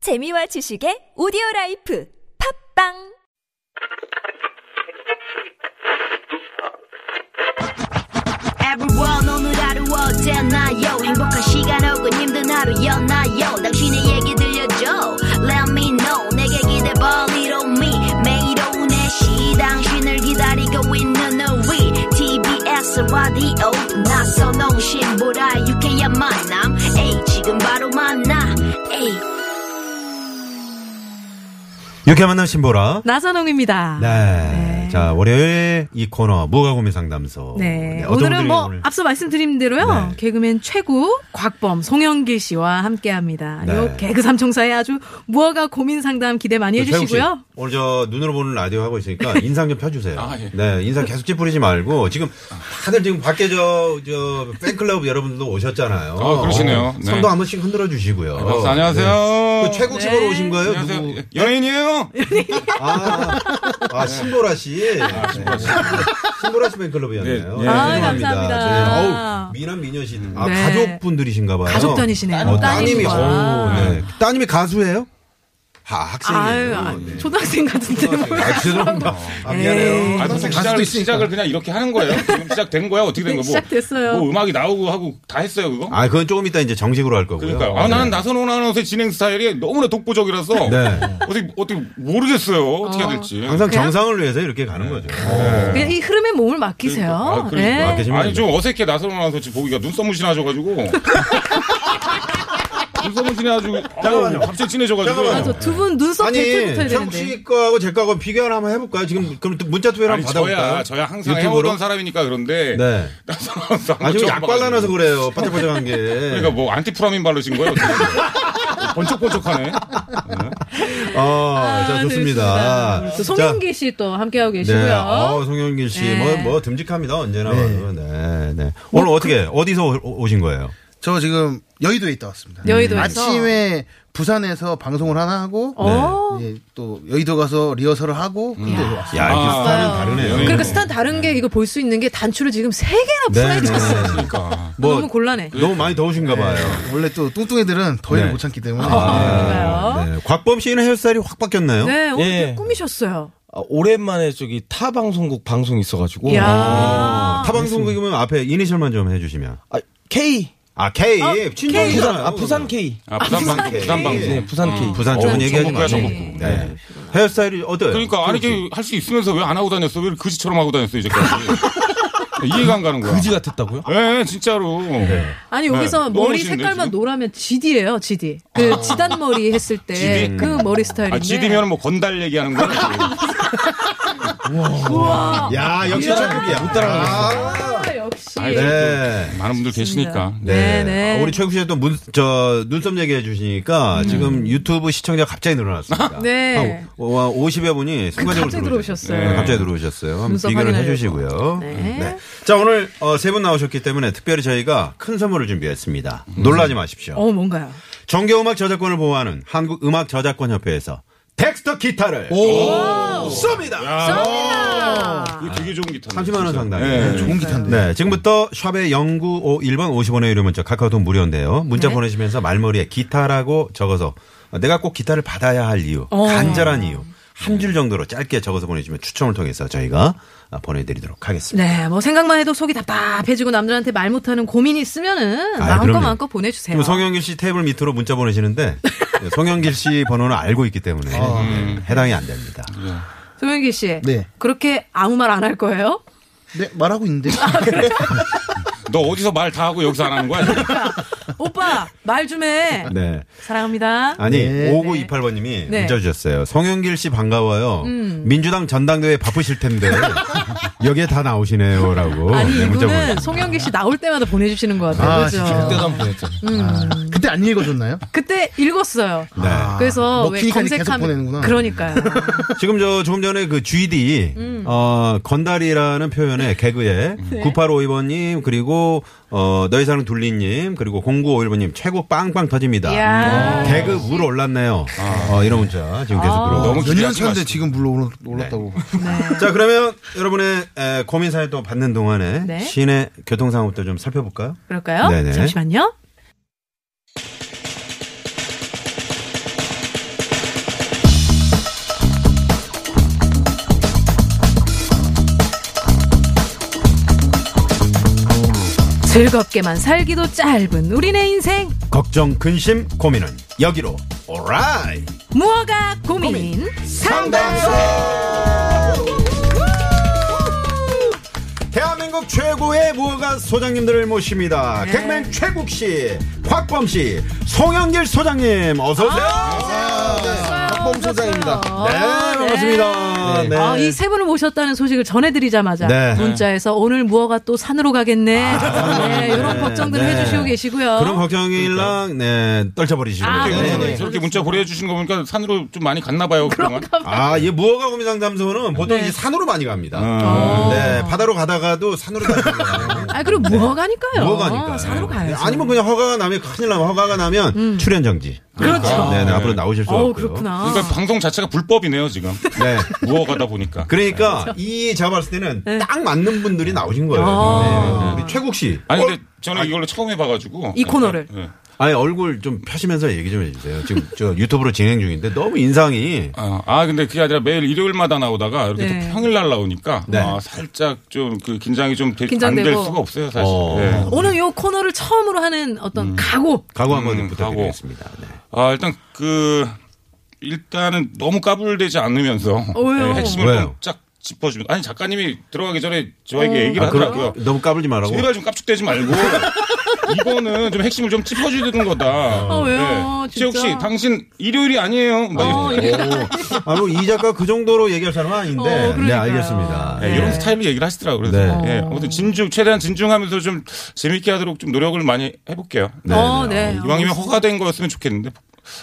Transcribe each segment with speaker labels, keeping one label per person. Speaker 1: 재미와 지식의 오디오 라이프 팝빵
Speaker 2: Everyone 오늘 하루 어땠나요 행복한 시간 혹은 힘든 하루였나요 당신의 얘기 들려줘 Let me know 내게 기대봐 Little me 매일 오후 4시 당신을 기다리고 있는 우리 TBS 라디오 나선홍 신보라 유쾌한 만남 에이 지금 바로 만나 에이
Speaker 3: 이렇게 만남 신보라.
Speaker 4: 나선홍입니다.
Speaker 3: 네. 자, 월요일 이 코너 무허가 고민 상담소.
Speaker 4: 네.
Speaker 3: 네, 어떤
Speaker 4: 오늘은
Speaker 3: 분들이
Speaker 4: 뭐
Speaker 3: 오늘-
Speaker 4: 앞서 말씀드린 대로요.
Speaker 3: 네.
Speaker 4: 개그맨 최고 곽범 송영길 씨와 함께합니다.
Speaker 3: 네.
Speaker 4: 요 개그 삼총사의 아주 무허가 고민 상담 기대 많이
Speaker 3: 저 최욱 씨,
Speaker 4: 해주시고요.
Speaker 3: 오늘 저 눈으로 보는 라디오 하고 있으니까 인상 좀 펴주세요.
Speaker 5: 아, 예.
Speaker 3: 네, 인상 계속 찌푸리지 말고 지금 다들 지금 밖에 저, 저 팬클럽 여러분들도 오셨잖아요.
Speaker 5: 아, 그러시네요. 네.
Speaker 3: 손도 한 번씩 흔들어 주시고요.
Speaker 5: 박수, 안녕하세요.
Speaker 3: 그 최국 씨
Speaker 4: 네.
Speaker 3: 보러 오신 거예요?
Speaker 5: 안녕하세요.
Speaker 3: 누구?
Speaker 5: 예, 연예인이에요.
Speaker 3: 아,
Speaker 5: 네.
Speaker 3: 아 신보라 씨. 신보라 씨. 신보라 씨 팬클럽이었네요.
Speaker 5: 예, 예.
Speaker 4: 아,
Speaker 3: 네.
Speaker 4: 감사합니다.
Speaker 3: 어우, 미남 미녀시. 아,
Speaker 4: 네.
Speaker 3: 가족분들이신가 봐요.
Speaker 4: 가족단이시네요.
Speaker 3: 어, 따님이,
Speaker 4: 따님과.
Speaker 3: 어우, 네. 따님이 가수예요? 아,
Speaker 4: 아유,
Speaker 3: 학생이에요.
Speaker 4: 아,
Speaker 3: 네.
Speaker 4: 초등학생 같은데. 뭐.
Speaker 3: 아, 죄송합니다. 아,
Speaker 4: 네.
Speaker 3: 미안해요.
Speaker 5: 아, 무슨 시작을, 시작을 그냥 이렇게 하는 거예요? 지금 시작된 거야? 어떻게 된 거야? 뭐,
Speaker 4: 시작됐어요.
Speaker 5: 뭐 음악이 나오고 하고 다 했어요, 그거?
Speaker 3: 아, 그건 조금 이따 이제 정식으로 할 거고요.
Speaker 5: 그러니까요. 아, 나는
Speaker 3: 네.
Speaker 5: 나선호 아나운서의 진행 스타일이 너무나 독보적이라서
Speaker 3: 네.
Speaker 5: 어떻게, 어떻게 모르겠어요. 어떻게 해야 될지.
Speaker 3: 항상 정상을 위해서 이렇게 가는 거죠.
Speaker 4: 그냥 이 흐름에 몸을 맡기세요.
Speaker 5: 아, 그러니까.
Speaker 4: 네.
Speaker 3: 아, 계시면
Speaker 5: 아니, 좀 어색해. 나선호 아나운서 지금 보기가 눈썹무신 하셔가지고. 눈썹무신 해가지고. 잠깐만요. 갑자기 친해져가지고.
Speaker 4: 두 분 눈썹 대틀 붙어야
Speaker 3: 아니, 최국
Speaker 4: 되는데.
Speaker 3: 씨 거하고 제 거하고 비교를 한번 해볼까요? 지금, 그럼 또 문자 투표를
Speaker 5: 아니,
Speaker 3: 한번 받아볼까요?
Speaker 5: 저야, 저야 항상
Speaker 3: 유튜브로?
Speaker 5: 해오던 사람이니까 그런데.
Speaker 3: 네.
Speaker 5: 나선호 아나운서 한번
Speaker 3: 아, 지금
Speaker 5: 처음
Speaker 3: 약
Speaker 5: 봐가지고.
Speaker 3: 발라놔서 그래요. 바짝바짝한 게.
Speaker 5: 그러니까 뭐 안티프라민 바르신 거예요? 번쩍번쩍하네.
Speaker 3: 어,
Speaker 4: 아,
Speaker 3: 자, 좋습니다.
Speaker 4: 또
Speaker 3: 자,
Speaker 4: 네, 송영길 씨 또 함께하고 계시고요.
Speaker 3: 네. 어, 송영길 씨.
Speaker 4: 네.
Speaker 3: 뭐, 뭐, 듬직합니다. 언제나. 봐도. 네, 네. 오늘 어떻게,
Speaker 4: 그
Speaker 3: 어디서 오- 오신 거예요?
Speaker 6: 저 지금 여의도에 있다 왔습니다.
Speaker 4: 여의도에서?
Speaker 6: 아침에 부산에서 방송을 하나 하고
Speaker 4: 어? 음.
Speaker 6: 이제 또 여의도 가서 리허설을 하고 그때 왔어요.
Speaker 3: 야, 이게
Speaker 5: 아,
Speaker 3: 스타는 다르네요.
Speaker 5: 연예인.
Speaker 4: 그러니까 스탄 다른 게 이거 볼 수 있는 게 단추를 지금 세 개나 풀어해줬어요.
Speaker 5: 그러니까.
Speaker 3: 네,
Speaker 5: 네.
Speaker 3: 뭐,
Speaker 4: 너무 곤란해.
Speaker 3: 너무 많이 더우신가 봐요.
Speaker 6: 원래 또 뚱뚱이들은 더위를
Speaker 3: 네.
Speaker 6: 못 참기 때문에
Speaker 5: 아,
Speaker 4: 그런가요?
Speaker 3: 네. 곽범 씨는 헤어스타일이 확 바뀌었나요?
Speaker 4: 네, 오늘
Speaker 7: 예.
Speaker 4: 되게 꾸미셨어요.
Speaker 7: 아, 오랜만에 저기 타 방송국 방송 있어가지고
Speaker 4: 야
Speaker 3: 타방송국이면 앞에 이니셜만 좀 해주시면.
Speaker 7: 아, K
Speaker 3: 아, K.
Speaker 7: 부산
Speaker 3: 친정이잖아.
Speaker 7: 아 부산 K
Speaker 5: 아, 부산 방송, 부산 방송.
Speaker 7: 네 부산 K
Speaker 3: 음. 부산 쪽은
Speaker 5: 어,
Speaker 3: 얘기하지
Speaker 5: 전북구야,
Speaker 3: 마시고.
Speaker 5: 전북구.
Speaker 3: 네. 헤어스타일이 어때요?
Speaker 5: 그러니까 아니 이게 할 수 있으면서 왜 안 하고 다녔어? 왜 그지처럼 하고 다녔어 이제까지? 이해가 안 가는 거야.
Speaker 7: 그지 같았다고요?
Speaker 5: 예, 진짜로.
Speaker 4: 아니 여기서
Speaker 5: 네, 너무
Speaker 4: 머리
Speaker 5: 멋있는데,
Speaker 4: 색깔만
Speaker 5: 지금?
Speaker 4: 노라면 지디예요, 지디. 그 지단 머리 했을 때
Speaker 5: 지디?
Speaker 4: 그 머리 스타일인데.
Speaker 5: 아, 지디면 뭐 건달 얘기하는 거야.
Speaker 4: 우와.
Speaker 3: 야, 역시 천국이야. 못
Speaker 4: 아, 역시.
Speaker 5: 아이,
Speaker 3: 네.
Speaker 5: 많은 분들 계시니까.
Speaker 4: 네, 네.
Speaker 3: 아, 우리 최국 씨가 또 문, 저, 눈썹 얘기해 주시니까 지금 유튜브 시청자 갑자기 늘어났습니다.
Speaker 4: 음. 네. 그
Speaker 3: 한 오- 와, 50여 분이 순간적으로
Speaker 4: 갑자기 들어오셨어요.
Speaker 3: 네, 갑자기 들어오셨어요. 한번
Speaker 4: 눈썹
Speaker 3: 비교를 해
Speaker 4: 확인하려고.
Speaker 3: 주시고요. 음,
Speaker 4: 네.
Speaker 3: 자, 오늘 어, 세 분 나오셨기 때문에 특별히 저희가 큰 선물을 준비했습니다. 놀라지 마십시오.
Speaker 4: 음. 어 뭔가요?
Speaker 3: 정겨음악 저작권을 보호하는 한국음악저작권협회에서 텍스터 기타를 쏩니다.
Speaker 5: 아. 이거 되게 좋은 기타.
Speaker 3: 30만 원 상당의
Speaker 6: 좋은 기타인데.
Speaker 3: 네, 지금부터 샵의 0951번 50원의 유료 문자 카카오톡 무료인데요. 문자
Speaker 4: 네.
Speaker 3: 보내시면서 말머리에 기타라고 적어서 내가 꼭 기타를 받아야 할 이유,
Speaker 4: 어.
Speaker 3: 간절한 이유
Speaker 4: 네.
Speaker 3: 한 줄 정도로 짧게 적어서 보내주시면 추첨을 통해서 저희가 아, 보내드리도록 하겠습니다.
Speaker 4: 네, 뭐 생각만 해도 속이 답답해지고 남들한테 말 못하는 고민이 있으면은
Speaker 3: 아이,
Speaker 4: 마음껏
Speaker 3: 그럼요.
Speaker 4: 마음껏 보내주세요.
Speaker 3: 그럼 성영길 씨 테이블 밑으로 문자 보내시는데 네, 성영길 씨 번호는 알고 있기 때문에 네, 해당이 안 됩니다.
Speaker 4: 소영기 씨,
Speaker 6: 네.
Speaker 4: 그렇게 아무 말 안 할 거예요?
Speaker 6: 네, 말하고 있는데
Speaker 4: 아,
Speaker 5: 너 어디서 말 다 하고 여기서 안 하는 거야?
Speaker 4: 오빠 말 좀 해.
Speaker 3: 네.
Speaker 4: 사랑합니다.
Speaker 3: 아니
Speaker 6: 네.
Speaker 3: 5928번님이
Speaker 4: 네. 음.
Speaker 3: 문자 주셨어요. 성영길 씨 반가워요. 민주당 전당대회 바쁘실 텐데 여기에 다 나오시네요라고.
Speaker 4: 아니
Speaker 3: 네, 문자
Speaker 4: 이분은
Speaker 3: 보내.
Speaker 4: 송영길 씨 나올 때마다 보내주시는 것 같아요.
Speaker 6: 아,
Speaker 4: 그죠? 음.
Speaker 6: 진짜.
Speaker 7: 그때도 한번 보냈잖아요.
Speaker 6: 그때 안 읽어줬나요?
Speaker 4: 그때 읽었어요.
Speaker 3: 네.
Speaker 4: 그래서 왜
Speaker 6: 아, 먹히니까 이렇게 계속
Speaker 4: 검색하면
Speaker 6: 보내는구나.
Speaker 4: 그러니까요.
Speaker 3: 지금 저 조금 전에 그 GD
Speaker 4: 음.
Speaker 3: 어 건달이라는
Speaker 4: 네.
Speaker 3: 표현의 개그에 9852번님 그리고 어 너희 사랑 둘리님 그리고 0951번님 최고 빵빵 터집니다.
Speaker 4: 이야.
Speaker 3: 어, 개그 물 올랐네요. 어 이런 문자 지금
Speaker 4: 아.
Speaker 3: 계속 들어오고.
Speaker 5: 아. 너무
Speaker 6: 연이랑
Speaker 5: 기대하지
Speaker 6: 쳤는데
Speaker 5: 마시고. 네.
Speaker 6: 지금 물로 올라- 올랐다고.
Speaker 3: 자 그러면 여러분의 에, 고민 사연 또 받는 동안에
Speaker 4: 네.
Speaker 3: 시내 교통 상황부터 좀 살펴볼까요?
Speaker 4: 그럴까요?
Speaker 3: 네네.
Speaker 4: 잠시만요. 즐겁게만 살기도 짧은 우리네 인생
Speaker 3: 걱정, 근심, 고민은 여기로 오라이.
Speaker 4: 무허가 고민,
Speaker 3: 상담소. 대한민국 최고의 무허가 소장님들을
Speaker 4: 네.
Speaker 3: 모십니다. 객맨 최국 씨, 곽범 씨, 송영길 소장님 어서 오세요.
Speaker 4: 아,
Speaker 7: 박범 소장입니다.
Speaker 4: 어.
Speaker 3: 네, 반갑습니다. 네.
Speaker 4: 아, 이 세 분을 모셨다는 소식을 전해드리자마자
Speaker 3: 네.
Speaker 4: 문자에서 오늘 무허가 또 산으로 가겠네. 네, 이런 걱정들을
Speaker 3: 네.
Speaker 4: 해주시고 계시고요.
Speaker 3: 그런 걱정이랑 네 떨쳐버리시고
Speaker 4: 아,
Speaker 3: 요
Speaker 4: 네.
Speaker 5: 네. 저렇게 문자 보내주시는 거 보니까 산으로 좀 많이 갔나 봐요. 그동안.
Speaker 3: 아, 예, 무허가 고민 상담소는 보통
Speaker 4: 네.
Speaker 3: 이 산으로 많이 갑니다. 네, 바다로 가다가도 산으로 가요.
Speaker 4: 아, 그리고 무허가니까요.
Speaker 3: 무허가니까.
Speaker 4: 산으로
Speaker 3: 네.
Speaker 4: 가야죠.
Speaker 3: 아니면 그냥 허가가 나면 큰일 나면 허가가 나면 출연 정지.
Speaker 4: 음. 그렇죠.
Speaker 3: 네, 네,
Speaker 5: 아,
Speaker 3: 앞으로 나오실 수
Speaker 4: 어우,
Speaker 3: 없고요.
Speaker 4: 그렇구나.
Speaker 5: 그러니까 방송 자체가 불법이네요 지금.
Speaker 3: 네.
Speaker 5: 무어가다 보니까.
Speaker 3: 그러니까
Speaker 4: 그렇죠.
Speaker 3: 이 제가 봤을 때는
Speaker 4: 네.
Speaker 3: 딱 맞는 분들이 나오신 거예요.
Speaker 4: 아.
Speaker 3: 네. 우리 최국 씨.
Speaker 5: 아니
Speaker 3: 어?
Speaker 5: 근데 저는 이걸로 처음 해봐가지고.
Speaker 4: 이 코너를.
Speaker 5: 네.
Speaker 3: 아니 얼굴 좀 펴시면서 얘기 좀 해주세요. 지금 저 유튜브로 진행 중인데 너무 인상이
Speaker 5: 아, 아, 근데 그게 아니라 매일 일요일마다 나오다가 이렇게
Speaker 4: 네.
Speaker 5: 또 평일날 나오니까
Speaker 3: 네.
Speaker 5: 아, 살짝 좀 그 긴장이 좀 안 될
Speaker 4: 긴장되고.
Speaker 5: 수가 없어요 사실.
Speaker 3: 어.
Speaker 5: 네.
Speaker 4: 오늘 요 코너를 처음으로 하는 어떤 각오.
Speaker 3: 각오 한번
Speaker 5: 음,
Speaker 3: 부탁드리겠습니다. 네.
Speaker 5: 아 일단 그 일단은 너무 까불되지 않으면서
Speaker 4: 어,
Speaker 5: 예,
Speaker 4: 왜요?
Speaker 5: 핵심을
Speaker 3: 왜요?
Speaker 5: 쫙 짚어주면 아니 작가님이 들어가기 전에 저에게 얘기를
Speaker 3: 아,
Speaker 5: 하더라고요.
Speaker 3: 그럼 너무 까불지 말라고.
Speaker 5: 제발 좀 깝죽대지 말고 이거는 좀 핵심을 좀 짚어주는 거다. 예.
Speaker 4: 어, 왜요? 진짜?
Speaker 5: 혹시 당신 일요일이 아니에요? 막
Speaker 4: 어,
Speaker 5: 이렇게.
Speaker 4: 이게-
Speaker 3: 아, 뭐이 작가 그 정도로 얘기할 사람은
Speaker 4: 어,
Speaker 3: 아닌데.
Speaker 4: 그러니까요.
Speaker 3: 네, 알겠습니다. 예.
Speaker 5: 네, 이런 스타일로 얘기를 하시더라고요. 그래서
Speaker 3: 네.
Speaker 5: 예, 아무튼 진중 최대한 진중하면서 좀 재밌게 하도록 좀 노력을 많이 해볼게요.
Speaker 3: 네,
Speaker 4: 어,
Speaker 3: 네.
Speaker 4: 네.
Speaker 5: 이왕이면 허가된 거였으면 좋겠는데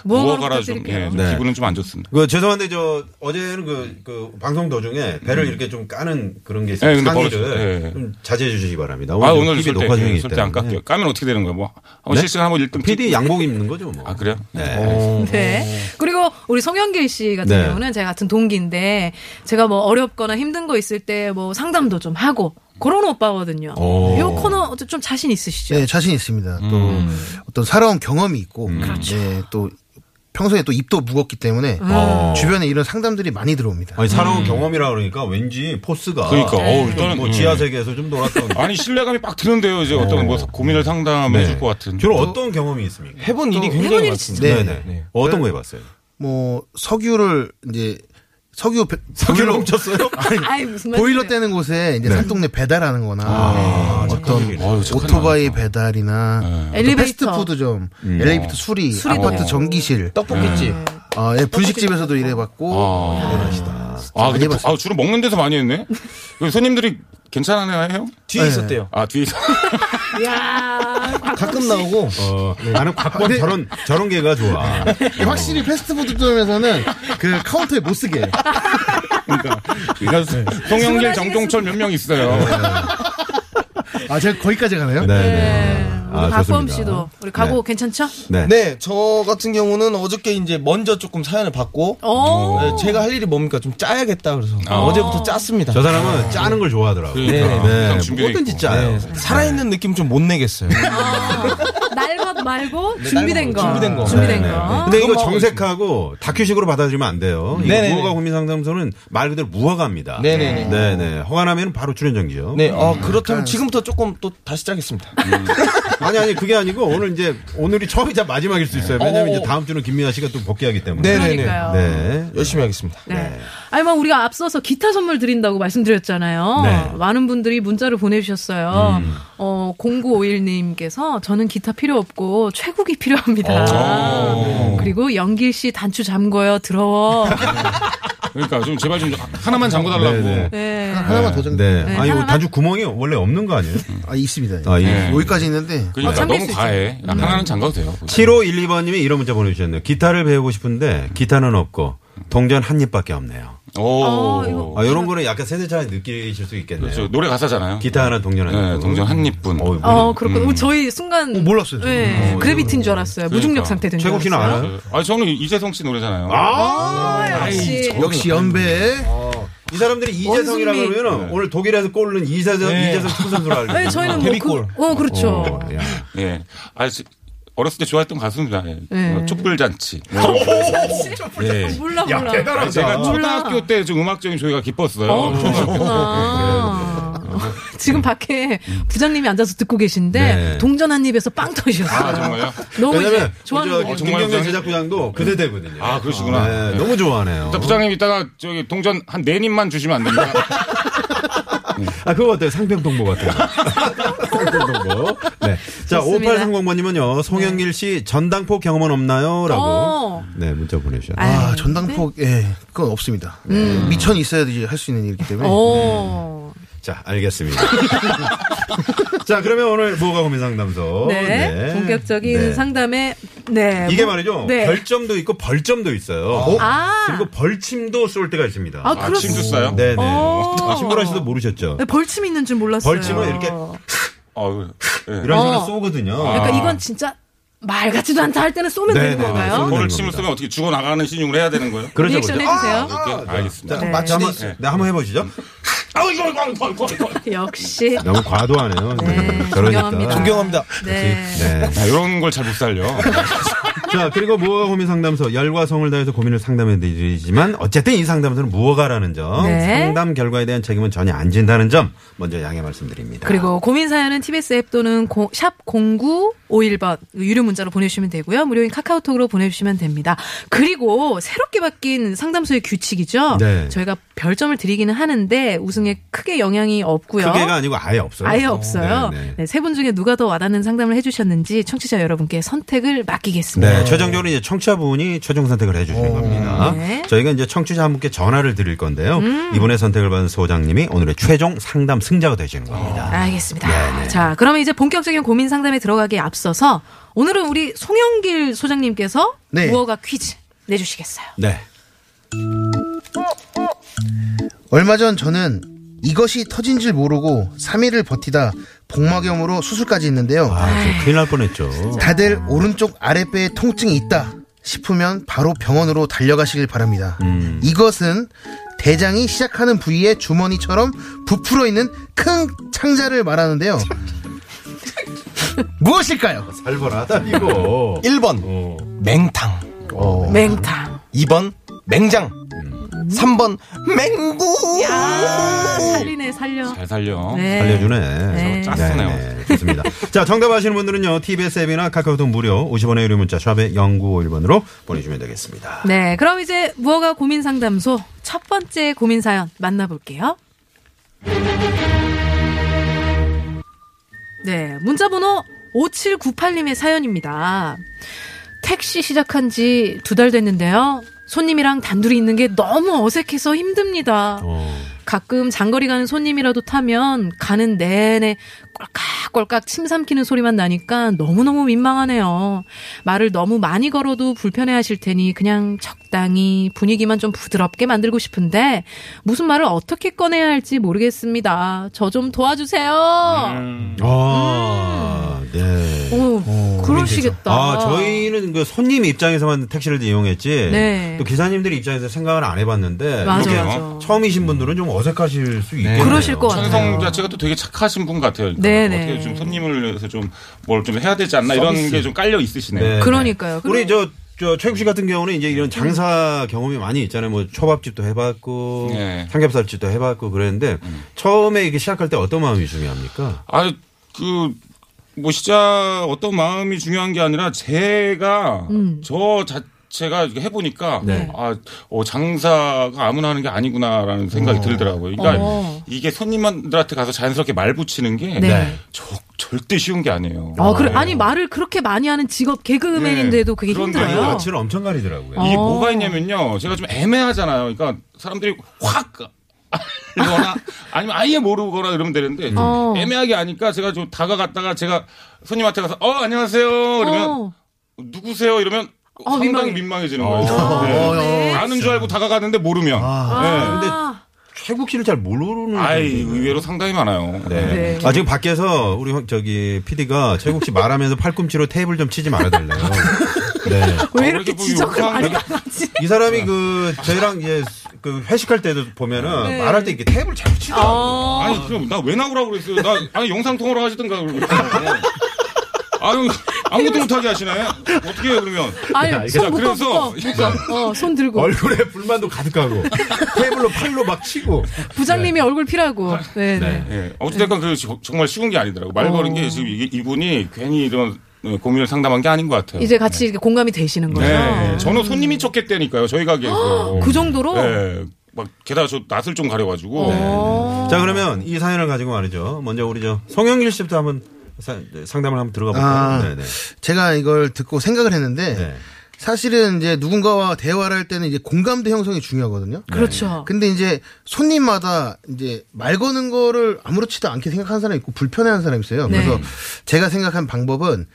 Speaker 4: 무허가로
Speaker 5: 무허가라 좀, 예,
Speaker 4: 부탁드릴게요.
Speaker 5: 좀
Speaker 3: 네.
Speaker 5: 기분은 좀 안 좋습니다.
Speaker 3: 그 죄송한데 저 어제는 그, 그 방송 도중에 배를 이렇게 좀 까는 그런 게 있어요.
Speaker 5: 음. 네, 근데
Speaker 3: 상의를
Speaker 5: 버릇- 네.
Speaker 3: 좀 자제해 주시기 바랍니다.
Speaker 5: 아
Speaker 3: 좀
Speaker 5: 오늘
Speaker 3: 어, 입이
Speaker 5: 절대
Speaker 3: 녹화 중이기
Speaker 5: 예, 절대 안
Speaker 3: 때문에.
Speaker 5: 깎여요. 까면 어떻게 되는 거야? 뭐 어,
Speaker 3: 네?
Speaker 5: 실시간 한번 일등
Speaker 3: PD 양복 입는 거죠, 뭐.
Speaker 5: 아 그래요?
Speaker 3: 네.
Speaker 4: 네. 그리고 우리 성현길 씨 같은
Speaker 3: 네.
Speaker 4: 경우는 제가 같은 동기인데 제가 뭐 어렵거나 힘든 거 있을 때 뭐 상담도 좀 하고 그런 오빠거든요.
Speaker 3: 오.
Speaker 4: 요 코너 어째 좀 자신 있으시죠?
Speaker 6: 네, 자신 있습니다. 또
Speaker 5: 음.
Speaker 6: 어떤 살아온 경험이 있고,
Speaker 4: 그렇죠.
Speaker 6: 네, 또 평소에 또 입도 무겁기 때문에
Speaker 4: 음.
Speaker 3: 어.
Speaker 6: 주변에 이런 상담들이 많이 들어옵니다.
Speaker 3: 아니, 살아온 경험이라 그러니까 왠지 포스가.
Speaker 5: 음. 그러니까, 어우,
Speaker 3: 좀
Speaker 5: 일단은,
Speaker 3: 뭐
Speaker 5: 음.
Speaker 3: 지하세계에서 좀 놀았던.
Speaker 5: 아니 신뢰감이 빡 드는데요. 이제 어떤 뭐 고민을 상담해 줄 것 같은.
Speaker 3: 네. 주로 어떤 경험이 있습니까?
Speaker 7: 해본 일이 굉장히
Speaker 4: 해본 일이
Speaker 7: 많습니다.
Speaker 6: 진짜
Speaker 3: 네네.
Speaker 7: 네네. 네.
Speaker 3: 어떤 거 해봤어요?
Speaker 6: 뭐 석유를 이제 석유 배-
Speaker 3: 석유를 훔쳤어요?
Speaker 4: 아이 무슨 말이에요?
Speaker 6: 보일러 떼는 곳에 이제 산동네 배달하는거나 네. 어떤 오토바이 배달이나 또
Speaker 4: 엘리베이터.
Speaker 6: 패스트푸드점, 엘리베이터 수리,
Speaker 4: 수리도.
Speaker 6: 아파트 전기실,
Speaker 7: 떡볶이집.
Speaker 6: 아, 예, 분식집에서도 일해봤고
Speaker 5: 아, 근데
Speaker 6: 많이
Speaker 5: 부- 아, 주로 먹는 데서 많이 했네. 그 손님들이 괜찮아요?
Speaker 4: 네.
Speaker 7: 뒤에 있었대요.
Speaker 5: 아 뒤에서
Speaker 4: 야,
Speaker 7: 가끔 나오고
Speaker 3: 어,
Speaker 5: 네.
Speaker 3: 나는 곽범 저런, 저런 개가 좋아. 어.
Speaker 6: 예, 확실히 패스트푸드점에서는 그 카운터에 못 쓰게
Speaker 5: 그러니까
Speaker 3: 네.
Speaker 5: 송영길, 정동철 몇 명 있어요.
Speaker 6: 아 제가 거기까지 가나요?
Speaker 3: 네네. 아,
Speaker 4: 우리 박범 씨도 우리 각오 괜찮죠?
Speaker 3: 네.
Speaker 7: 네, 저 같은 경우는 어저께 이제 먼저 조금 사연을 받고
Speaker 4: 어.
Speaker 7: 네, 제가 할 일이 뭡니까 좀 짜야겠다 그래서 어제부터 짰습니다.
Speaker 3: 저 사람은 짜는 걸 좋아하더라고요.
Speaker 5: 그러니까.
Speaker 3: 네.
Speaker 5: 항상 준비돼
Speaker 3: 뭐든지
Speaker 5: 있고.
Speaker 3: 짜요.
Speaker 7: 네, 살아있는 느낌 좀 못 내겠어요.
Speaker 4: 네. 아, 날것 말고 준비된
Speaker 7: 날것
Speaker 4: 거.
Speaker 7: 말고 준비된 거.
Speaker 4: 준비된
Speaker 3: 네, 네.
Speaker 4: 거.
Speaker 3: 근데 이거
Speaker 7: 그건 뭐
Speaker 3: 정색하고 다큐식으로 받아들이면 안 돼요. 이거
Speaker 7: 네네네.
Speaker 3: 무허가 국민상담소는 말 그대로 무허가입니다.
Speaker 7: 네네네.
Speaker 3: 네네. 허가 나면 바로 출연정지요.
Speaker 7: 네, 어, 그렇다면 지금부터 조금 또 다시 짜겠습니다.
Speaker 4: 네.
Speaker 3: 아니 아니 그게 아니고 오늘 이제 오늘이 처음이자 마지막일 수 있어요. 왜냐면
Speaker 7: 어.
Speaker 3: 이제 다음 주는 김민아 씨가 또 복귀하기 때문에.
Speaker 7: 네네네.
Speaker 4: 그러니까요.
Speaker 3: 네.
Speaker 7: 열심히 하겠습니다.
Speaker 4: 네. 아니, 뭐, 우리가 앞서서 기타 선물 드린다고 말씀드렸잖아요.
Speaker 3: 네.
Speaker 4: 많은 분들이 문자를 보내주셨어요. 어, 0951님께서 저는 기타 필요 없고 최국이 필요합니다. 그리고 연길 씨 단추 잠궈요. 더러워.
Speaker 5: 그러니까 좀 제발 좀 하나만 잠궈 달라고.
Speaker 3: 네,
Speaker 4: 네.
Speaker 6: 하나만 더 정리.
Speaker 3: 네. 아니 이거
Speaker 4: 하나만?
Speaker 3: 단추 구멍이 원래 없는 거 아니에요?
Speaker 7: 음.
Speaker 6: 아 있습니다.
Speaker 3: 아, 예.
Speaker 5: 네.
Speaker 6: 여기까지 있는데
Speaker 5: 그러니까
Speaker 4: 아, 참을
Speaker 5: 너무
Speaker 4: 수
Speaker 5: 과해.
Speaker 3: 음.
Speaker 5: 야, 하나는 잠가도 돼요.
Speaker 3: 7512번님이 이런 문자 보내주셨네요. 기타를 배우고 싶은데 기타는 없고 동전 한 입밖에 없네요.
Speaker 4: 어, 이거-
Speaker 5: 오.
Speaker 3: 아, 이런 거는 약간 세대 차이 느끼실 수 있겠네요.
Speaker 5: 저 그렇죠.
Speaker 7: 그렇죠.
Speaker 5: 노래 가사잖아요.
Speaker 3: 기타 하나 동전 하나.
Speaker 5: 네, 동전 한 입분.
Speaker 3: 어, 이거
Speaker 4: 어, 그렇군요. 저희 순간.
Speaker 6: 몰랐어요, 저는.
Speaker 4: 네. 그래비티인 줄 알았어요. 무중력
Speaker 5: 그러니까.
Speaker 4: 상태 된줄
Speaker 3: 최국 씨는
Speaker 4: 알았어요.
Speaker 3: 알아요?
Speaker 5: 아, 저는 이재성 씨 노래잖아요. 아,
Speaker 4: 역시.
Speaker 6: 역시 연배
Speaker 4: 네.
Speaker 3: 이 사람들이 이재성이라
Speaker 4: 원숭이.
Speaker 3: 그러면은 오늘 독일에서 골른 이재성
Speaker 7: 네.
Speaker 3: 이재성 축구 선수로 알고.
Speaker 4: 네, 저희는 뭐.
Speaker 7: 데뷔골.
Speaker 4: 그, 어, 그렇죠.
Speaker 3: 아, 어, 야.
Speaker 5: 예. 아, 지- 어렸을 때 좋아했던 가수입니다. 예.
Speaker 4: 네.
Speaker 5: 뭐 촛불잔치. 뭐 이런 거. 예.
Speaker 4: 아, 몰라, 몰라.
Speaker 3: 그러니까
Speaker 5: 제가 초등학교 때 좀 음악적인 조예가 깊었어요.
Speaker 4: 어, 그러셨구나. 지금 밖에 부장님이 앉아서 듣고 계신데
Speaker 3: 네.
Speaker 4: 동전 한 입에서 빵 터지셨어요.
Speaker 5: 아, 정말요?
Speaker 4: 너무 이제
Speaker 3: 왜냐면 그
Speaker 4: 좋아하는
Speaker 5: 어,
Speaker 4: 노래.
Speaker 5: 저- 정말
Speaker 3: 김경영
Speaker 5: 부장님?
Speaker 3: 제작부장도 그대 되거든요.
Speaker 5: 아, 그러시구나.
Speaker 3: 네, 너무 좋아하네요.
Speaker 5: 일단 부장님 이따가 저기 동전 한 네 입만 주시면 안 됩니다.
Speaker 3: 아, 그거 어때요? 상평통보 같은 거. 상평통보. 네. 자,
Speaker 4: 좋습니다. 네.
Speaker 3: 5830번님은요, 송영길 씨 전당포 경험은 없나요? 라고.
Speaker 4: 어.
Speaker 3: 네, 문자 보내주셨네요.
Speaker 6: 아,
Speaker 4: 아유, 음.
Speaker 6: 전당포, 예, 그건 없습니다. 미천이 있어야지 할 수 있는 일이기 때문에.
Speaker 4: 어.
Speaker 3: 자, 알겠습니다. 자, 그러면 오늘 뭐가 고민 상담소.
Speaker 4: 네. 본격적인
Speaker 3: 어, 네.
Speaker 4: 상담에 네.
Speaker 3: 이게
Speaker 4: 뭐-
Speaker 3: 말이죠.
Speaker 4: 네.
Speaker 3: 결점도 있고 벌점도 있어요. 뭐,
Speaker 4: 아.
Speaker 3: 그리고 벌침도 쏠 때가 있습니다.
Speaker 4: 아,
Speaker 5: 아, 침
Speaker 4: 그렇습니다.
Speaker 5: 주싸요?
Speaker 3: 네네.
Speaker 4: 어.
Speaker 3: 아, 신보라 씨도 모르셨죠?
Speaker 4: 네, 벌침 있는 줄 몰랐어요.
Speaker 3: 벌침을 이렇게
Speaker 5: 어, 예.
Speaker 3: 이런 식으로
Speaker 4: 어.
Speaker 3: 쏘거든요.
Speaker 5: 아.
Speaker 4: 그러니까 이건 진짜 말 같지도 않다 할 때는 쏘면
Speaker 3: 네,
Speaker 4: 되는
Speaker 3: 네, 네.
Speaker 4: 건가요?
Speaker 3: 쏘면
Speaker 5: 볼을
Speaker 3: 겁니다.
Speaker 5: 치면 쓰면 어떻게 죽어나가는 신용을 해야 되는 거예요?
Speaker 3: 그렇죠,
Speaker 4: 리액션
Speaker 3: 그렇죠.
Speaker 4: 해주세요.
Speaker 5: 이렇게? 알겠습니다.
Speaker 3: 자,
Speaker 4: 네.
Speaker 3: 마치 한번,
Speaker 5: 네.
Speaker 3: 네, 한번 해보시죠.
Speaker 5: 아우, 이거, 이거, 이거, 이거, 이거.
Speaker 4: 역시.
Speaker 3: 너무 과도하네요. 그러니까.
Speaker 4: 네, 존경합니다.
Speaker 7: 존경합니다.
Speaker 4: 네.
Speaker 3: 네.
Speaker 5: 아, 이런 걸 잘 못 살려.
Speaker 3: 자, 그리고 무허가 고민 상담소 열과 성을 다해서 고민을 상담해 드리지만 어쨌든 이 상담소는 무허가라는 점,
Speaker 4: 네.
Speaker 3: 상담 결과에 대한 책임은 전혀 안 진다는 점 먼저 양해 말씀드립니다.
Speaker 4: 그리고 고민 사연은 TBS 앱 또는 고, 샵 0951번 유료 문자로 보내주시면 되고요. 무료인 카카오톡으로 보내주시면 됩니다. 그리고 새롭게 바뀐 상담소의 규칙이죠.
Speaker 3: 네.
Speaker 4: 저희가 별점을 드리기는 하는데 우승에 크게 영향이 없고요.
Speaker 3: 크게가 아니고 아예 없어요.
Speaker 4: 아예 없어요.
Speaker 3: 네, 네.
Speaker 4: 세 분 중에 누가 더 와닿는 상담을 해주셨는지 청취자 여러분께 선택을 맡기겠습니다.
Speaker 3: 네, 최종적으로 이제 청취자분이 최종 선택을 해주실 겁니다.
Speaker 4: 네. 음.
Speaker 3: 저희가 이제 청취자 한 분께 전화를 드릴 건데요. 이번에 선택을 받은 소장님이 오늘의 최종 상담 승자가 되시는
Speaker 4: 네.
Speaker 3: 겁니다.
Speaker 4: 알겠습니다. 자, 그러면 이제 본격적인 고민 상담에 들어가기에 앞서서 오늘은 우리 송영길 소장님께서
Speaker 6: 네.
Speaker 4: 무허가 퀴즈 내주시겠어요.
Speaker 3: 네.
Speaker 6: 얼마 전 저는 이것이 터진 줄 모르고 3일을 버티다 복막염으로 수술까지 했는데요.
Speaker 3: 아, 좀 큰일 날 뻔했죠.
Speaker 6: 다들 오른쪽 아랫배에 통증이 있다 싶으면 바로 병원으로 달려가시길 바랍니다.
Speaker 3: 음.
Speaker 6: 이것은 대장이 시작하는 부위에 주머니처럼 부풀어 있는 큰 창자를 말하는데요. 무엇일까요?
Speaker 3: 살벌하다, 어. 이거.
Speaker 7: 1번 맹탕,
Speaker 4: 맹탕.
Speaker 7: 2번 맹장, 3번 맹구.
Speaker 4: 야, 아, 살리네 살려.
Speaker 5: 잘 살려.
Speaker 4: 네.
Speaker 3: 알려주네.
Speaker 4: 네.
Speaker 5: 짰으네요.
Speaker 3: 좋습니다. 자, 정답 아시는 분들은요, TBS 앱이나 카카오톡 무료 50원의 유료 문자, 샵의 0951번으로 보내주면 되겠습니다.
Speaker 4: 네, 그럼 이제 무허가 고민 상담소 첫 번째 고민 사연 만나볼게요. 네, 문자번호 5798님의 사연입니다. 택시 시작한 지 두 달 됐는데요. 손님이랑 단둘이 있는 게 너무 어색해서 힘듭니다.
Speaker 3: 어.
Speaker 4: 가끔 장거리 가는 손님이라도 타면 가는 내내 꼴깍꼴깍 침 삼키는 소리만 나니까 너무너무 민망하네요. 말을 너무 많이 걸어도 불편해 하실 테니 그냥 적당히 분위기만 좀 부드럽게 만들고 싶은데 무슨 말을 어떻게 꺼내야 할지 모르겠습니다. 저 좀
Speaker 3: 음.
Speaker 4: 도와주세요.
Speaker 3: 아,
Speaker 4: 음.
Speaker 3: 네.
Speaker 4: 오, 그러시겠다.
Speaker 3: 아, 저희는 그 손님 입장에서만 택시를 이용했지.
Speaker 4: 네.
Speaker 3: 또 기사님들 입장에서 생각을 안 해봤는데.
Speaker 4: 맞아,
Speaker 3: 이렇게
Speaker 4: 맞아.
Speaker 3: 처음이신 분들은 좀 어색하실 수 있겠네요.
Speaker 4: 그러실 것 같아요.
Speaker 5: 천성 자체가 또 되게 착하신 분 같아요.
Speaker 4: 네, 네.
Speaker 5: 어떻게 좀 손님을 위해서 좀 뭘 좀 해야 되지 않나 이런 게 좀 깔려 있으시네요.
Speaker 3: 네.
Speaker 4: 그러니까요. 네.
Speaker 3: 우리 저, 저 최국 씨 같은 경우는 이제 이런 장사 경험이 많이 있잖아요. 뭐 초밥집도 해봤고
Speaker 5: 네.
Speaker 3: 삼겹살집도 해봤고 그랬는데 처음에 이게 시작할 때 어떤 마음이 중요합니까?
Speaker 5: 아, 그, 뭐, 시작, 어떤 마음이 중요한 게 아니라, 제가,
Speaker 4: 음.
Speaker 5: 저 자체가 이렇게 해보니까, 아, 어, 장사가 아무나 하는 게 아니구나라는 생각이 들더라고요. 그러니까,
Speaker 4: 어.
Speaker 5: 이게 손님들한테 가서 자연스럽게 말 붙이는 게,
Speaker 4: 네.
Speaker 5: 저- 절대 쉬운 게 아니에요.
Speaker 4: 아, 그래.
Speaker 3: 어.
Speaker 5: 네.
Speaker 4: 아니 말을 그렇게 많이 하는 직업 개그맨인데도
Speaker 5: 네.
Speaker 4: 그게
Speaker 5: 그런
Speaker 4: 힘들어요.
Speaker 5: 경우가
Speaker 3: 마취를 엄청 가리더라고요.
Speaker 5: 이게
Speaker 4: 어.
Speaker 5: 뭐가 있냐면요. 제가 좀 애매하잖아요. 그러니까 사람들이 확 알거나 아니면 아예 모르거나 이러면 되는데 좀
Speaker 4: 어.
Speaker 5: 애매하게 아니까 제가 좀 다가갔다가 제가 손님한테 가서 어 안녕하세요 그러면
Speaker 4: 어.
Speaker 5: 누구세요 이러면
Speaker 4: 어,
Speaker 5: 상당히
Speaker 4: 민망해.
Speaker 5: 민망해지는 거예요. 네.
Speaker 6: 어,
Speaker 5: 아는 줄 알고 다가갔는데 모르면 아.
Speaker 3: 네, 근데
Speaker 4: 아.
Speaker 3: 최국 씨를 잘 모르는
Speaker 5: 이그
Speaker 3: 분들이 있어요.
Speaker 5: 의외로 상당히 많아요. 네.
Speaker 4: 네.
Speaker 3: 아 지금 밖에서 우리 형, 저기 PD가 최국 씨 말하면서 팔꿈치로 테이블 좀 치지 말아달래요. 네.
Speaker 4: 왜
Speaker 5: 어,
Speaker 4: 이렇게
Speaker 5: 그래도 뭐
Speaker 4: 지적을
Speaker 5: 욕하는
Speaker 4: 많이
Speaker 5: 거야?
Speaker 4: 하지?
Speaker 3: 이 사람이 그 저희랑 이제 그 회식할 때도 보면은
Speaker 4: 네.
Speaker 3: 말할 때 이렇게 테이블 자꾸 치고
Speaker 4: 어.
Speaker 5: 아니 그럼 나 왜 나오라고 그랬어요? 나 아니 영상 통화로 하시던가 그러고. 아유 아무것도 못하게 하시네. 어떻게 해요, 그러면?
Speaker 4: 아니,
Speaker 5: 자,
Speaker 4: 손 묶어, 묶어.
Speaker 5: 그래서
Speaker 4: 묶어. 어, 손 들고.
Speaker 8: 얼굴에 불만도 가득하고 테이블로 팔로 막 치고
Speaker 4: 부장님이 얼굴 피라고. 네, 네.
Speaker 5: 예, 어찌됐건 그 지- 정말 쉬운 게 아니더라고. 말 거는
Speaker 4: 어.
Speaker 5: 게 지금 이게 이분이 괜히 이런 어, 고민을 상담한 게 아닌 것 같아요.
Speaker 4: 이제 그렇죠. 같이 이렇게 공감이 되시는 거죠.
Speaker 5: 네. 저는 손님이 쳤겠다니까요. 저희 가게에서.
Speaker 4: 그 정도로?
Speaker 5: 네. 막 게다가 저 낯을 좀 가려가지고.
Speaker 4: 어.
Speaker 3: 자 그러면 이 사연을 가지고 말이죠. 먼저 우리 저 송영길 씨부터 한번 사- 상담을 한번 들어가 볼까요?
Speaker 6: 아.
Speaker 3: 네네.
Speaker 6: 제가 이걸 듣고 생각을 했는데
Speaker 3: 네.
Speaker 6: 사실은 이제 누군가와 대화를 할 때는 이제 공감대 형성이 중요하거든요.
Speaker 4: 그렇죠.
Speaker 6: 근데 이제 손님마다 이제 말 거는 거를 아무렇지도 않게 생각하는 사람이 있고 불편해하는 사람이 있어요.
Speaker 4: 네.
Speaker 6: 그래서 제가 생각한 방법은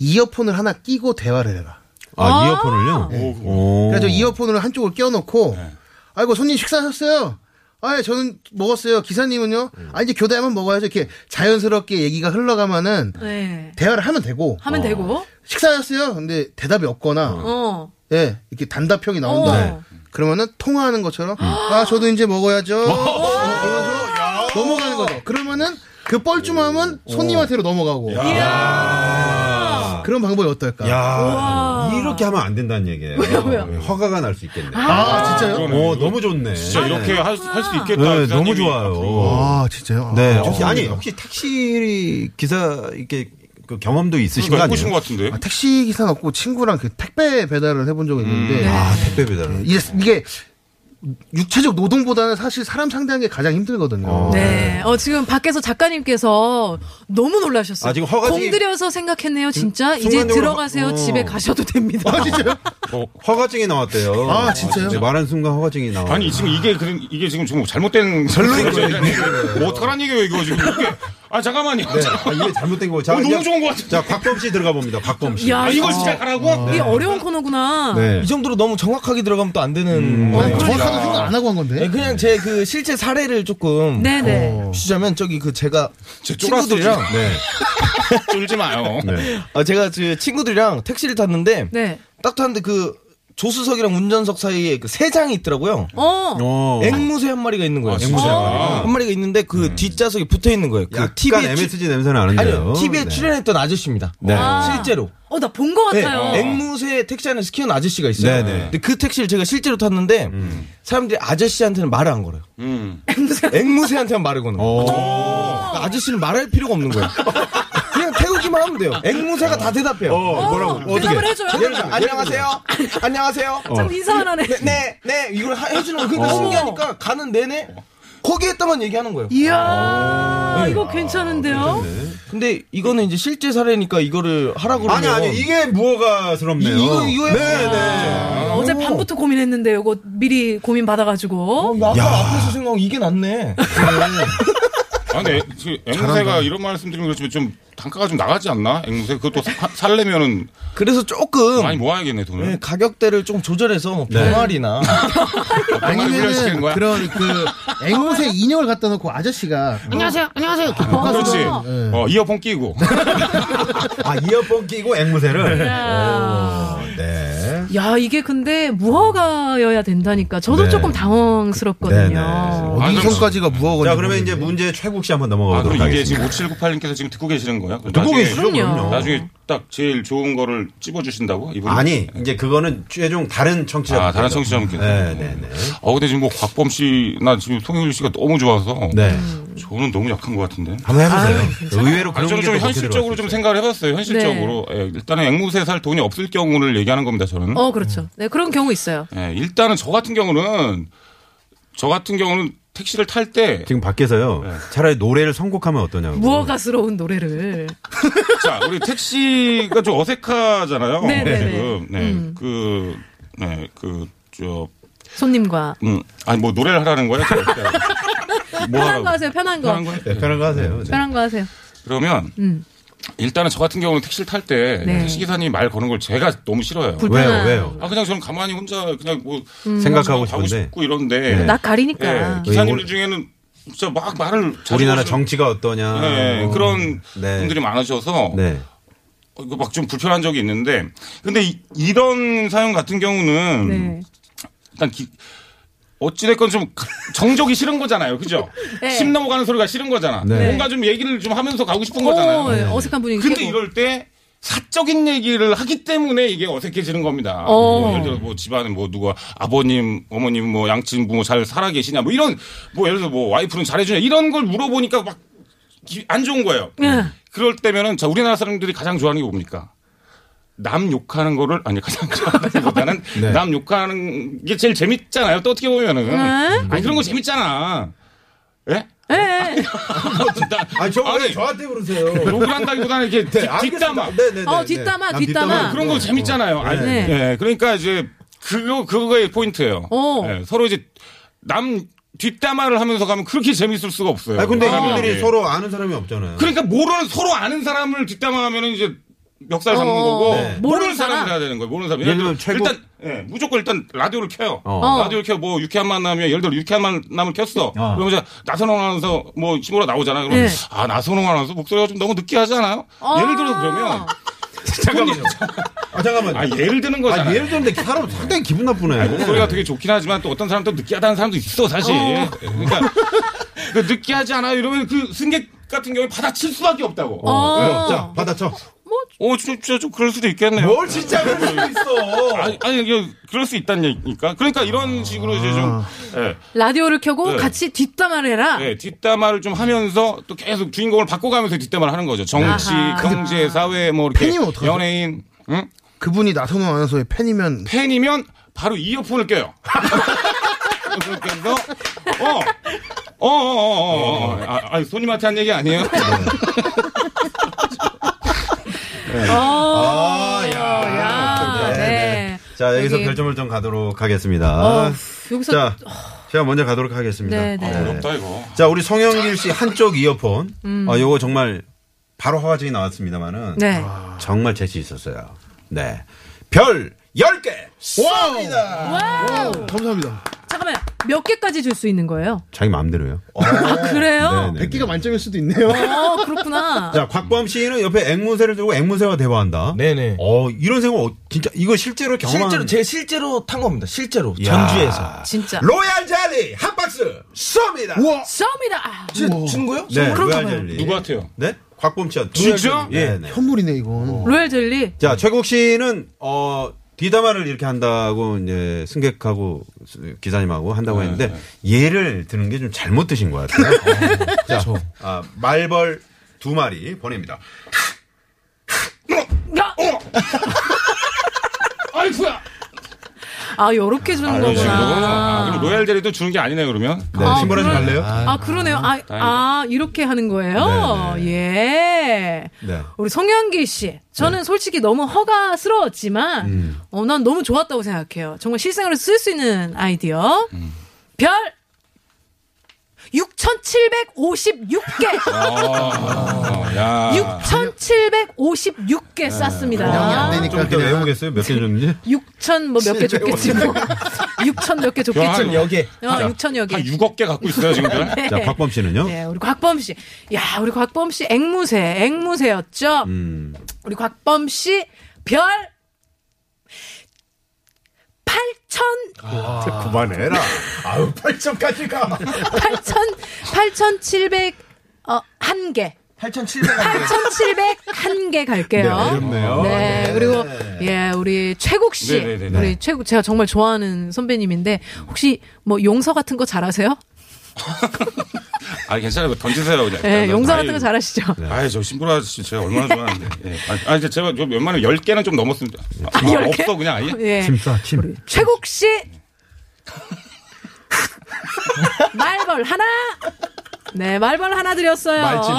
Speaker 6: 이어폰을 하나 끼고 대화를 해라.
Speaker 3: 아, 이어폰을요. 오.
Speaker 6: 그래서 이어폰을 한쪽을 끼워놓고
Speaker 4: 네.
Speaker 6: 아이고 손님 식사하셨어요? 아, 예, 저는 먹었어요. 기사님은요?
Speaker 4: 음.
Speaker 6: 아, 이제 교대하면 먹어야죠. 이렇게 자연스럽게 얘기가 흘러가면은
Speaker 4: 네.
Speaker 6: 대화를 하면 되고
Speaker 4: 하면 되고.
Speaker 6: 식사하셨어요? 근데 대답이 없거나
Speaker 4: 어.
Speaker 6: 예, 이렇게 단답형이 나온다.
Speaker 4: 어.
Speaker 3: 네.
Speaker 6: 그러면은 통화하는 것처럼 아 저도 이제 먹어야죠. 이러면서 넘어가는 거죠. 그러면은 그 뻘쭘함은 손님한테로 넘어가고. 아, 그런 방법이 어떨까?
Speaker 3: 아. 야 이렇게 하면 안 된다는 얘기예요. 네, 허가가 날 수 있겠네.
Speaker 6: 아, 진짜요?
Speaker 3: 오 너무 좋네.
Speaker 4: 아.
Speaker 5: 진짜 이렇게 할 수 있겠다.
Speaker 3: 네,
Speaker 5: 기사님이.
Speaker 3: 너무 좋아요.
Speaker 6: 아 진짜요?
Speaker 3: 네
Speaker 6: 아,
Speaker 7: 어,
Speaker 3: 혹시 아니
Speaker 6: 죄송합니다.
Speaker 3: 혹시 택시 기사 이렇게 그 경험도 있으신 거
Speaker 5: 그러니까 해보신
Speaker 3: 아니에요?
Speaker 5: 것 같은데.
Speaker 6: 아, 택시 기사는 없고 친구랑 그 택배 배달을 해본 적이 있는데
Speaker 3: 아
Speaker 7: 네.
Speaker 3: 택배 배달.
Speaker 6: 이게, 이게 육체적 노동보다는 사실 사람 상대하는 게 가장 힘들거든요.
Speaker 4: 네. 어, 지금 밖에서 작가님께서 너무 놀라셨어요.
Speaker 3: 아, 지금 허가 지금-
Speaker 4: 공들여서 생각했네요, 진짜. 이제
Speaker 3: 순간적으로
Speaker 4: 들어가세요.
Speaker 3: 허- 어.
Speaker 4: 집에 가셔도 됩니다.
Speaker 7: 아,
Speaker 5: 어.
Speaker 3: 허가증이 나왔대요. 네,
Speaker 6: 아, 진짜요?
Speaker 3: 말한 순간 허가증이 네, 나와.
Speaker 5: 아니 지금 이게 그런 이게 지금 좀 잘못된
Speaker 3: 결론인 거예요,
Speaker 5: 뭐 어떡하란 얘기예요 이거 지금 이게 아 잠깐만요.
Speaker 3: 아, 이게 잘못된 거고. 자,
Speaker 5: 어, 너무
Speaker 3: 이제-
Speaker 5: 좋은 것 같아.
Speaker 3: 자, 곽범 씨 들어가 봅니다. 곽범 씨.
Speaker 4: 야, 어.
Speaker 5: 아 이걸 진짜 가라고?
Speaker 4: 이게 어려운 코너구나.
Speaker 3: 네. 음.
Speaker 7: 이 정도로 너무 정확하게 들어가면 또 안 되는
Speaker 6: 어,
Speaker 7: 거예요.
Speaker 6: 정확하게 생각 안 하고 한 건데.
Speaker 7: 네, 그냥 제 그 실제 사례를 조금
Speaker 4: 네네.
Speaker 7: 어. 주자면 저기 그 제가
Speaker 5: 제
Speaker 7: 친구들이랑
Speaker 3: 네.
Speaker 5: 쫄지 마요.
Speaker 3: 네.
Speaker 7: 아, 제가 그 친구들이랑 택시를 탔는데
Speaker 4: 네.
Speaker 7: 딱 탔는데 그 조수석이랑 운전석 사이에 그 세 장이 있더라고요.
Speaker 4: 어.
Speaker 3: 어.
Speaker 7: 앵무새 한 마리가 있는 거예요.
Speaker 3: 아, 앵무새 한 마리가. 음.
Speaker 7: 한 마리가 있는데 그 뒷좌석에 붙어 있는 거예요. 그
Speaker 3: 약간
Speaker 7: TV에
Speaker 3: MSG 냄새 나는데요.
Speaker 7: 아니요, TV에
Speaker 3: 네.
Speaker 7: 출연했던 아저씨입니다.
Speaker 4: 아.
Speaker 7: 실제로.
Speaker 4: 어, 나 본 것
Speaker 7: 네,
Speaker 4: 같아요.
Speaker 7: 앵무새 택시 안에서 키운 아저씨가 있어요.
Speaker 3: 네네. 음.
Speaker 7: 근데 그 택시를 제가 실제로 탔는데 사람들이 아저씨한테는 말을 안 걸어요.
Speaker 4: 음.
Speaker 7: 앵무새한테만 말을 거는
Speaker 3: 어.
Speaker 7: 거예요. 그러니까 아저씨는 말할 필요가 없는 거예요. 그냥 태우기만 하면 돼요. 앵무새가 다 대답해요.
Speaker 3: 어,
Speaker 4: 어, 대답을 해줘요.
Speaker 7: 예를 들면, 안녕하세요.
Speaker 3: 예.
Speaker 7: 안녕하세요.
Speaker 3: 어.
Speaker 4: 참 인사만 하네.
Speaker 7: 네, 네, 네. 이걸 하- 해주는 거. 그러니까 신기하니까 가는 내내 거기에다만 얘기하는 거예요.
Speaker 4: 이야, 이거 괜찮은데요?
Speaker 7: 근데 이거는 이제 실제 사례니까 이거를 하라고 그러면
Speaker 3: 아니, 아니, 이게 무허가스럽네요.
Speaker 7: 이- 이거, 이거야. 아.
Speaker 3: 네, 네.
Speaker 4: 어제 밤부터 고민했는데, 이거 미리 고민받아가지고.
Speaker 7: 어, 나 아까 앞에서 생각하고 이게 낫네.
Speaker 5: 아 근데 그 앵무새가 이런 말씀드리면 그렇지만 좀 단가가 좀 나가지 않나? 앵무새 그것도 사- 살려면은
Speaker 7: 그래서 조금
Speaker 5: 많이 모아야겠네 돈을.
Speaker 7: 네, 가격대를 좀 조절해서 뭐 병아리나
Speaker 5: 훈련시키는
Speaker 6: 아니면은
Speaker 5: 거야?
Speaker 6: 그런 그 앵무새 인형을 갖다 놓고 아저씨가 안녕하세요 안녕하세요 이렇게
Speaker 5: 그렇지.
Speaker 6: 볶아서
Speaker 3: 네.
Speaker 5: 어, 이어폰 끼고.
Speaker 3: 아, 이어폰 끼고 앵무새를.
Speaker 7: 네.
Speaker 4: 야.
Speaker 3: 예. 네.
Speaker 4: 야, 이게 근데 무허가여야 된다니까. 저도
Speaker 3: 네.
Speaker 4: 조금 당황스럽거든요. 어,
Speaker 5: 아, 그럼-
Speaker 6: 어디선까지가 무어거든요
Speaker 3: 자, 그러면 이제 문제 최국 씨 한번 넘어가
Speaker 5: 아, 그럼
Speaker 3: 보도록
Speaker 5: 이게
Speaker 3: 하겠습니다.
Speaker 5: 지금 5798님께서 지금 듣고 계시는 거야? 듣고
Speaker 3: 계시죠,
Speaker 4: 그럼요.
Speaker 3: 그럼요.
Speaker 5: 나중에 딱 제일 좋은 거를 찝어주신다고? 이분이?
Speaker 3: 아니, 이제 그거는 최종 다른 청취자.
Speaker 5: 아, 다른 청취자분께서.
Speaker 3: 네, 네, 네.
Speaker 5: 어, 근데 지금 뭐 곽범 씨나 지금 송영일 씨가 너무 좋아서.
Speaker 3: 네.
Speaker 5: 저는 너무 약한 것 같은데.
Speaker 3: 한번 해보세요. 의외로 그런
Speaker 5: 아니, 저는
Speaker 3: 게또
Speaker 5: 좀
Speaker 3: 그렇게
Speaker 5: 현실적으로
Speaker 3: 들어갈 수
Speaker 5: 좀
Speaker 3: 있어요.
Speaker 5: 생각을 해봤어요. 현실적으로. 예, 일단은 앵무새 살 돈이 없을 경우를 얘기하는 겁니다, 저는.
Speaker 4: 어, 그렇죠. 네, 그런 경우 있어요.
Speaker 5: 예, 일단은 저 같은 경우는, 저 같은 경우는 택시를 탈 때,
Speaker 3: 지금 밖에서요.
Speaker 5: 네.
Speaker 3: 차라리 노래를 선곡하면 어떠냐고.
Speaker 4: 뭐? 무허가스러운 노래를.
Speaker 5: 자, 우리 택시가 좀 어색하잖아요.
Speaker 4: 네네네. 음.
Speaker 5: 지금. 네. 그, 네, 그, 저,
Speaker 4: 손님과.
Speaker 5: 음, 아니 뭐 노래를 하라는 거예요? 뭐
Speaker 4: 편한 거
Speaker 5: 하라고?
Speaker 4: 하세요, 편한 거.
Speaker 5: 편한 거예요?
Speaker 3: 네, 편한 거 하세요. 네.
Speaker 4: 편한 거 하세요.
Speaker 5: 그러면
Speaker 4: 음.
Speaker 5: 일단은 저 같은 경우는 택시를 탈 때
Speaker 4: 네.
Speaker 5: 택시 기사님이 말 거는 걸 제가 너무 싫어요.
Speaker 3: 왜요,
Speaker 4: 불편한. 음.
Speaker 3: 왜요?
Speaker 5: 아 그냥 저는 가만히 혼자 그냥 뭐
Speaker 3: 생각하고
Speaker 5: 가고
Speaker 3: 싶은데. 네.
Speaker 5: 싶고 이런데
Speaker 4: 낯
Speaker 5: 예,
Speaker 4: 가리니까.
Speaker 5: 기사님들 중에는 진짜 막 말을 자주
Speaker 3: 우리나라
Speaker 5: 하시는-
Speaker 3: 정치가 어떠냐.
Speaker 5: 예,
Speaker 3: 뭐.
Speaker 5: 그런
Speaker 3: 네.
Speaker 5: 분들이 많으셔서
Speaker 3: 네.
Speaker 5: 어, 이거 막 좀 불편한 적이 있는데 근데 이, 런 사연 같은 경우는
Speaker 4: 네.
Speaker 5: 일단 기- 어찌됐건 좀 정적이 싫은 거잖아요. 그죠?
Speaker 4: 네.
Speaker 5: 심 넘어가는 소리가 싫은 거잖아.
Speaker 3: 네.
Speaker 5: 뭔가 좀 얘기를 좀 하면서 가고 싶은
Speaker 4: 어,
Speaker 5: 거잖아요.
Speaker 4: 예, 어색한 분위기.
Speaker 5: 근데
Speaker 4: 깨고.
Speaker 5: 이럴 때 사적인 얘기를 하기 때문에 이게 어색해지는 겁니다.
Speaker 4: 어.
Speaker 5: 뭐 예를 들어 뭐 집안에 뭐 누가 아버님, 어머님, 뭐 양친 부모 잘 살아 계시냐 뭐 이런 뭐 예를 들어 뭐 와이프는 잘해주냐 이런 걸 물어보니까 막 안 좋은 거예요. 음.
Speaker 4: 네.
Speaker 5: 그럴 때면은 자 우리나라 사람들이 가장 좋아하는 게 뭡니까? 남 욕하는 거를 아니 가장 좋아하는보다는
Speaker 8: 네.
Speaker 5: 남 욕하는 게 제일 재밌잖아요. 또 어떻게 보면은 아니 그런 거 재밌잖아. 예?
Speaker 4: 네.
Speaker 8: 아, 저거 왜
Speaker 5: 아니.
Speaker 8: 저한테 그러세요.
Speaker 5: 어,
Speaker 3: 네.
Speaker 5: 욕을 한다기보다는 이렇게 뒷- 뒷담화. 네.
Speaker 8: 네네네.
Speaker 4: 어,
Speaker 3: 아,
Speaker 4: 뒷담화,
Speaker 8: 남
Speaker 3: 네,
Speaker 4: 뒷담화.
Speaker 5: 그런 거 재밌잖아요. 아
Speaker 4: 네.
Speaker 5: 예, 그러니까 이제 그거 그거의 포인트예요.
Speaker 4: 어.
Speaker 5: 예, 서로 이제 남 뒷담화를 하면서 가면 그렇게 재밌을 수가 없어요.
Speaker 3: 아 근데
Speaker 5: 사람이.
Speaker 3: 이분들이 서로 아는 사람이 없잖아요.
Speaker 5: 그러니까 모르는 서로 아는 사람을 뒷담화하면은 이제 멱살 잡는
Speaker 4: 어.
Speaker 5: 거고
Speaker 4: 네. 모르는
Speaker 5: 모르는
Speaker 4: 사람.
Speaker 5: 사람을 해야 되는 거예요. 모르는 사람.
Speaker 3: 예를 들면 최고-
Speaker 5: 일단 예, 무조건 일단 라디오를 켜요.
Speaker 3: 어.
Speaker 5: 라디오를 켜뭐 유쾌한 만남이 예를 들어 유쾌한 만남을 켰어. 그러면 이제 나선홍 아나운서 뭐 힘으로 나오잖아. 그러면
Speaker 4: 네.
Speaker 5: 아 나선홍 아나운서 목소리가 좀 너무 느끼하지 않아요?
Speaker 4: 아.
Speaker 5: 예를 들어 그러면 잠깐만요.
Speaker 8: 아, 잠깐만.
Speaker 5: 아 예를 드는
Speaker 3: 아,
Speaker 5: 거잖아.
Speaker 3: 예를 들는데 사람 상당히 기분 나쁘네.
Speaker 5: 목소리가 되게 좋긴 하지만 또 어떤 사람 또 느끼하다는 사람도 있어 사실. 그러니까 그 느끼하지 않아요 이러면 그 승객 같은 경우에 받아칠 수밖에 없다고.
Speaker 4: 어.
Speaker 8: 자, 받아쳐.
Speaker 5: 어, 진짜 좀 그럴 수도 있겠네요.
Speaker 8: 뭘 진짜 그럴 수 있어.
Speaker 5: 아니, 아니, 이게 그럴 수 있다는 얘기니까. 그러니까 이런 식으로 이제 좀, 예,
Speaker 4: 라디오를 켜고
Speaker 5: 네.
Speaker 4: 같이 뒷담화를 해라.
Speaker 5: 예, 뒷담화를 좀 하면서 또 계속 주인공을 바꿔가면서 뒷담화를 하는 거죠. 정치,
Speaker 4: 아하.
Speaker 5: 경제, 사회, 뭐 이렇게.
Speaker 6: 팬이면 어떡하죠?
Speaker 5: 연예인, 응?
Speaker 6: 그분이 나선호 아나운서의 팬이면
Speaker 5: 팬이면 바로 이어폰을 껴요. 그렇게 해서, 어, 어, 어, 어, 어, 어. 아, 아니, 손님한테 한 얘기 아니에요?
Speaker 4: 어,
Speaker 8: 아, 야.
Speaker 4: 야,
Speaker 3: 네,
Speaker 4: 네.
Speaker 3: 자 여기서
Speaker 4: 여기-
Speaker 3: 별점을 좀 가도록 하겠습니다.
Speaker 4: 어, 여기서
Speaker 3: 아, 자 제가 먼저 가도록 하겠습니다.
Speaker 4: 네, 네.
Speaker 5: 아, 어렵다, 이거.
Speaker 3: 자 우리 송영길 씨 한쪽 이어폰. 아 요거 정말 바로 화가적이 나왔습니다만은
Speaker 4: 음. 네.
Speaker 3: 정말 재치 있었어요. 네. 별 10개!
Speaker 4: 와우.
Speaker 6: 감사합니다.
Speaker 4: 잠깐만 몇 개까지 줄 수 있는 거예요?
Speaker 3: 자기 마음대로요.
Speaker 7: 어.
Speaker 3: 네,
Speaker 4: 아 그래요?
Speaker 3: 네네.
Speaker 6: 100기가 만점일 수도 있네요.
Speaker 4: 어 그렇구나.
Speaker 3: 자, 곽범 씨는 옆에 앵무새를 들고 앵무새와 대화한다.
Speaker 7: 네네.
Speaker 3: 어, 이런 생각, 어, 진짜, 이거 실제로 경험한
Speaker 7: 실제로 제 실제로 탄 겁니다. 실제로
Speaker 3: 이야.
Speaker 7: 전주에서.
Speaker 4: 진짜.
Speaker 8: 로얄 젤리 한 박스 쏩니다.
Speaker 7: 우와.
Speaker 4: 썸이다. 아,
Speaker 7: 진짜 준 거요?
Speaker 3: 네,
Speaker 7: 그럼
Speaker 3: 로얄 젤리.
Speaker 5: 누구한테요?
Speaker 3: 네? 곽범 씨한테.
Speaker 5: 진짜?
Speaker 3: 예, 네.
Speaker 6: 현물이네 이건.
Speaker 5: 어.
Speaker 4: 로얄 젤리.
Speaker 3: 자, 최국 씨는, 어, 뒤담화를 이렇게 한다고, 이제, 승객하고, 스- 기사님하고 한다고 했는데, 예를 드는 게 좀 잘못 드신 것 같아요. 어, 자, 아, 말벌 두 마리 보냅니다.
Speaker 5: 아이쿠야!
Speaker 4: 아 요렇게 주는
Speaker 5: 이거.
Speaker 4: 거구나.
Speaker 5: 아, 그럼 로얄 대리도 주는 게 아니네, 그러면.
Speaker 3: 네, 신보라지
Speaker 4: 그럼-
Speaker 3: 갈래요?
Speaker 4: 아, 그러네요. 아, 아, 이렇게 하는 거예요?
Speaker 3: 네,
Speaker 4: 예.
Speaker 3: 네.
Speaker 4: 우리 송영길 씨. 저는 솔직히 너무 허가스러웠지만,
Speaker 3: 음.
Speaker 4: 어, 난 너무 좋았다고 생각해요. 정말 실생활에서 쓸 수 있는 아이디어.
Speaker 3: 음.
Speaker 4: 별!
Speaker 3: 아,
Speaker 4: 6,756개!
Speaker 5: 어, 야.
Speaker 4: 6,756개
Speaker 6: 영이 안
Speaker 4: 쌌습니다.
Speaker 6: 되니까.
Speaker 3: 좀 이따
Speaker 6: 그냥.
Speaker 3: 외우겠어요? 몇 개 줬는지?
Speaker 4: 6,000 뭐 몇 개 줬겠지 뭐. 6,000 몇 개 줬겠지
Speaker 5: 한
Speaker 4: 뭐.
Speaker 7: 여기.
Speaker 4: 어, 6,000여 개.
Speaker 5: 한 6억 개 갖고 있어요, 지금.
Speaker 4: 네.
Speaker 3: 자, 곽범 씨는요?
Speaker 4: 네, 우리 곽범 씨. 야, 우리 곽범 씨 앵무새, 앵무새였죠?
Speaker 3: 음.
Speaker 4: 우리 곽범 씨 별. 8,000,
Speaker 8: 그만해라. 아우 8점까지 가.
Speaker 4: 8,000, 8,700, 어, 한 개.
Speaker 7: 8,700원.
Speaker 4: 8,700, 한 개 갈게요.
Speaker 8: 어렵네요.
Speaker 4: 네, 그리고, 예, 우리 최국 씨.
Speaker 5: 네, 네, 네, 네.
Speaker 4: 우리 최국, 제가 정말 좋아하는 선배님인데, 혹시 뭐 용서 같은 거 잘하세요?
Speaker 5: 아, 괜찮아요. 던지세요, 그냥.
Speaker 4: 예, 용서 같은 거 잘하시죠?
Speaker 5: 아이, 저 심부라 아저씨 제가 얼마나 좋아하는데. 예. 아, 아, 제가 저 웬만하면 10개는 좀 넘었습니다. 아,
Speaker 4: 열 개?
Speaker 5: 없어, 그냥 아예?
Speaker 4: 예.
Speaker 3: 김싸, 침.
Speaker 4: 최국 씨 말벌 하나 네 말벌 하나 드렸어요
Speaker 3: 말벌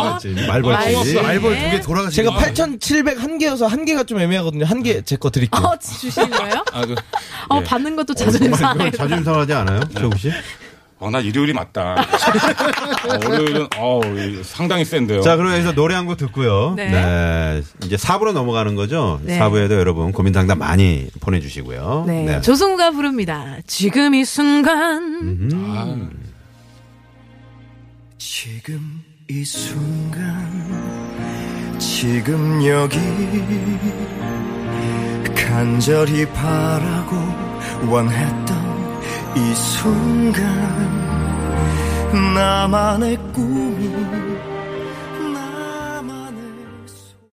Speaker 4: 말지.
Speaker 3: 씨.
Speaker 6: 알벌 두 개 돌아가시.
Speaker 7: 제가 8,701개여서 한 개가 좀 애매하거든요. 한 개 제 거 드릴게요.
Speaker 4: 어 주시는 거예요?
Speaker 5: 아, 그,
Speaker 4: 어 받는 것도 자존심 상해
Speaker 3: 네, 그걸 자존심 상하지 않아요? 최국 씨?
Speaker 5: 어, 나 일요일이 맞다. 어, 월요일은, 어 상당히 센데요.
Speaker 3: 자, 그럼 여기서 노래 한 곡 듣고요.
Speaker 4: 네.
Speaker 3: 네. 이제 4부로 넘어가는 거죠.
Speaker 4: 네.
Speaker 3: 4부에도 여러분 고민 상담 많이 보내주시고요.
Speaker 4: 네, 조승우가 부릅니다 지금 이 순간
Speaker 9: 지금 이 순간 지금 여기 간절히 바라고 원했던 이 순간 나만의 꿈이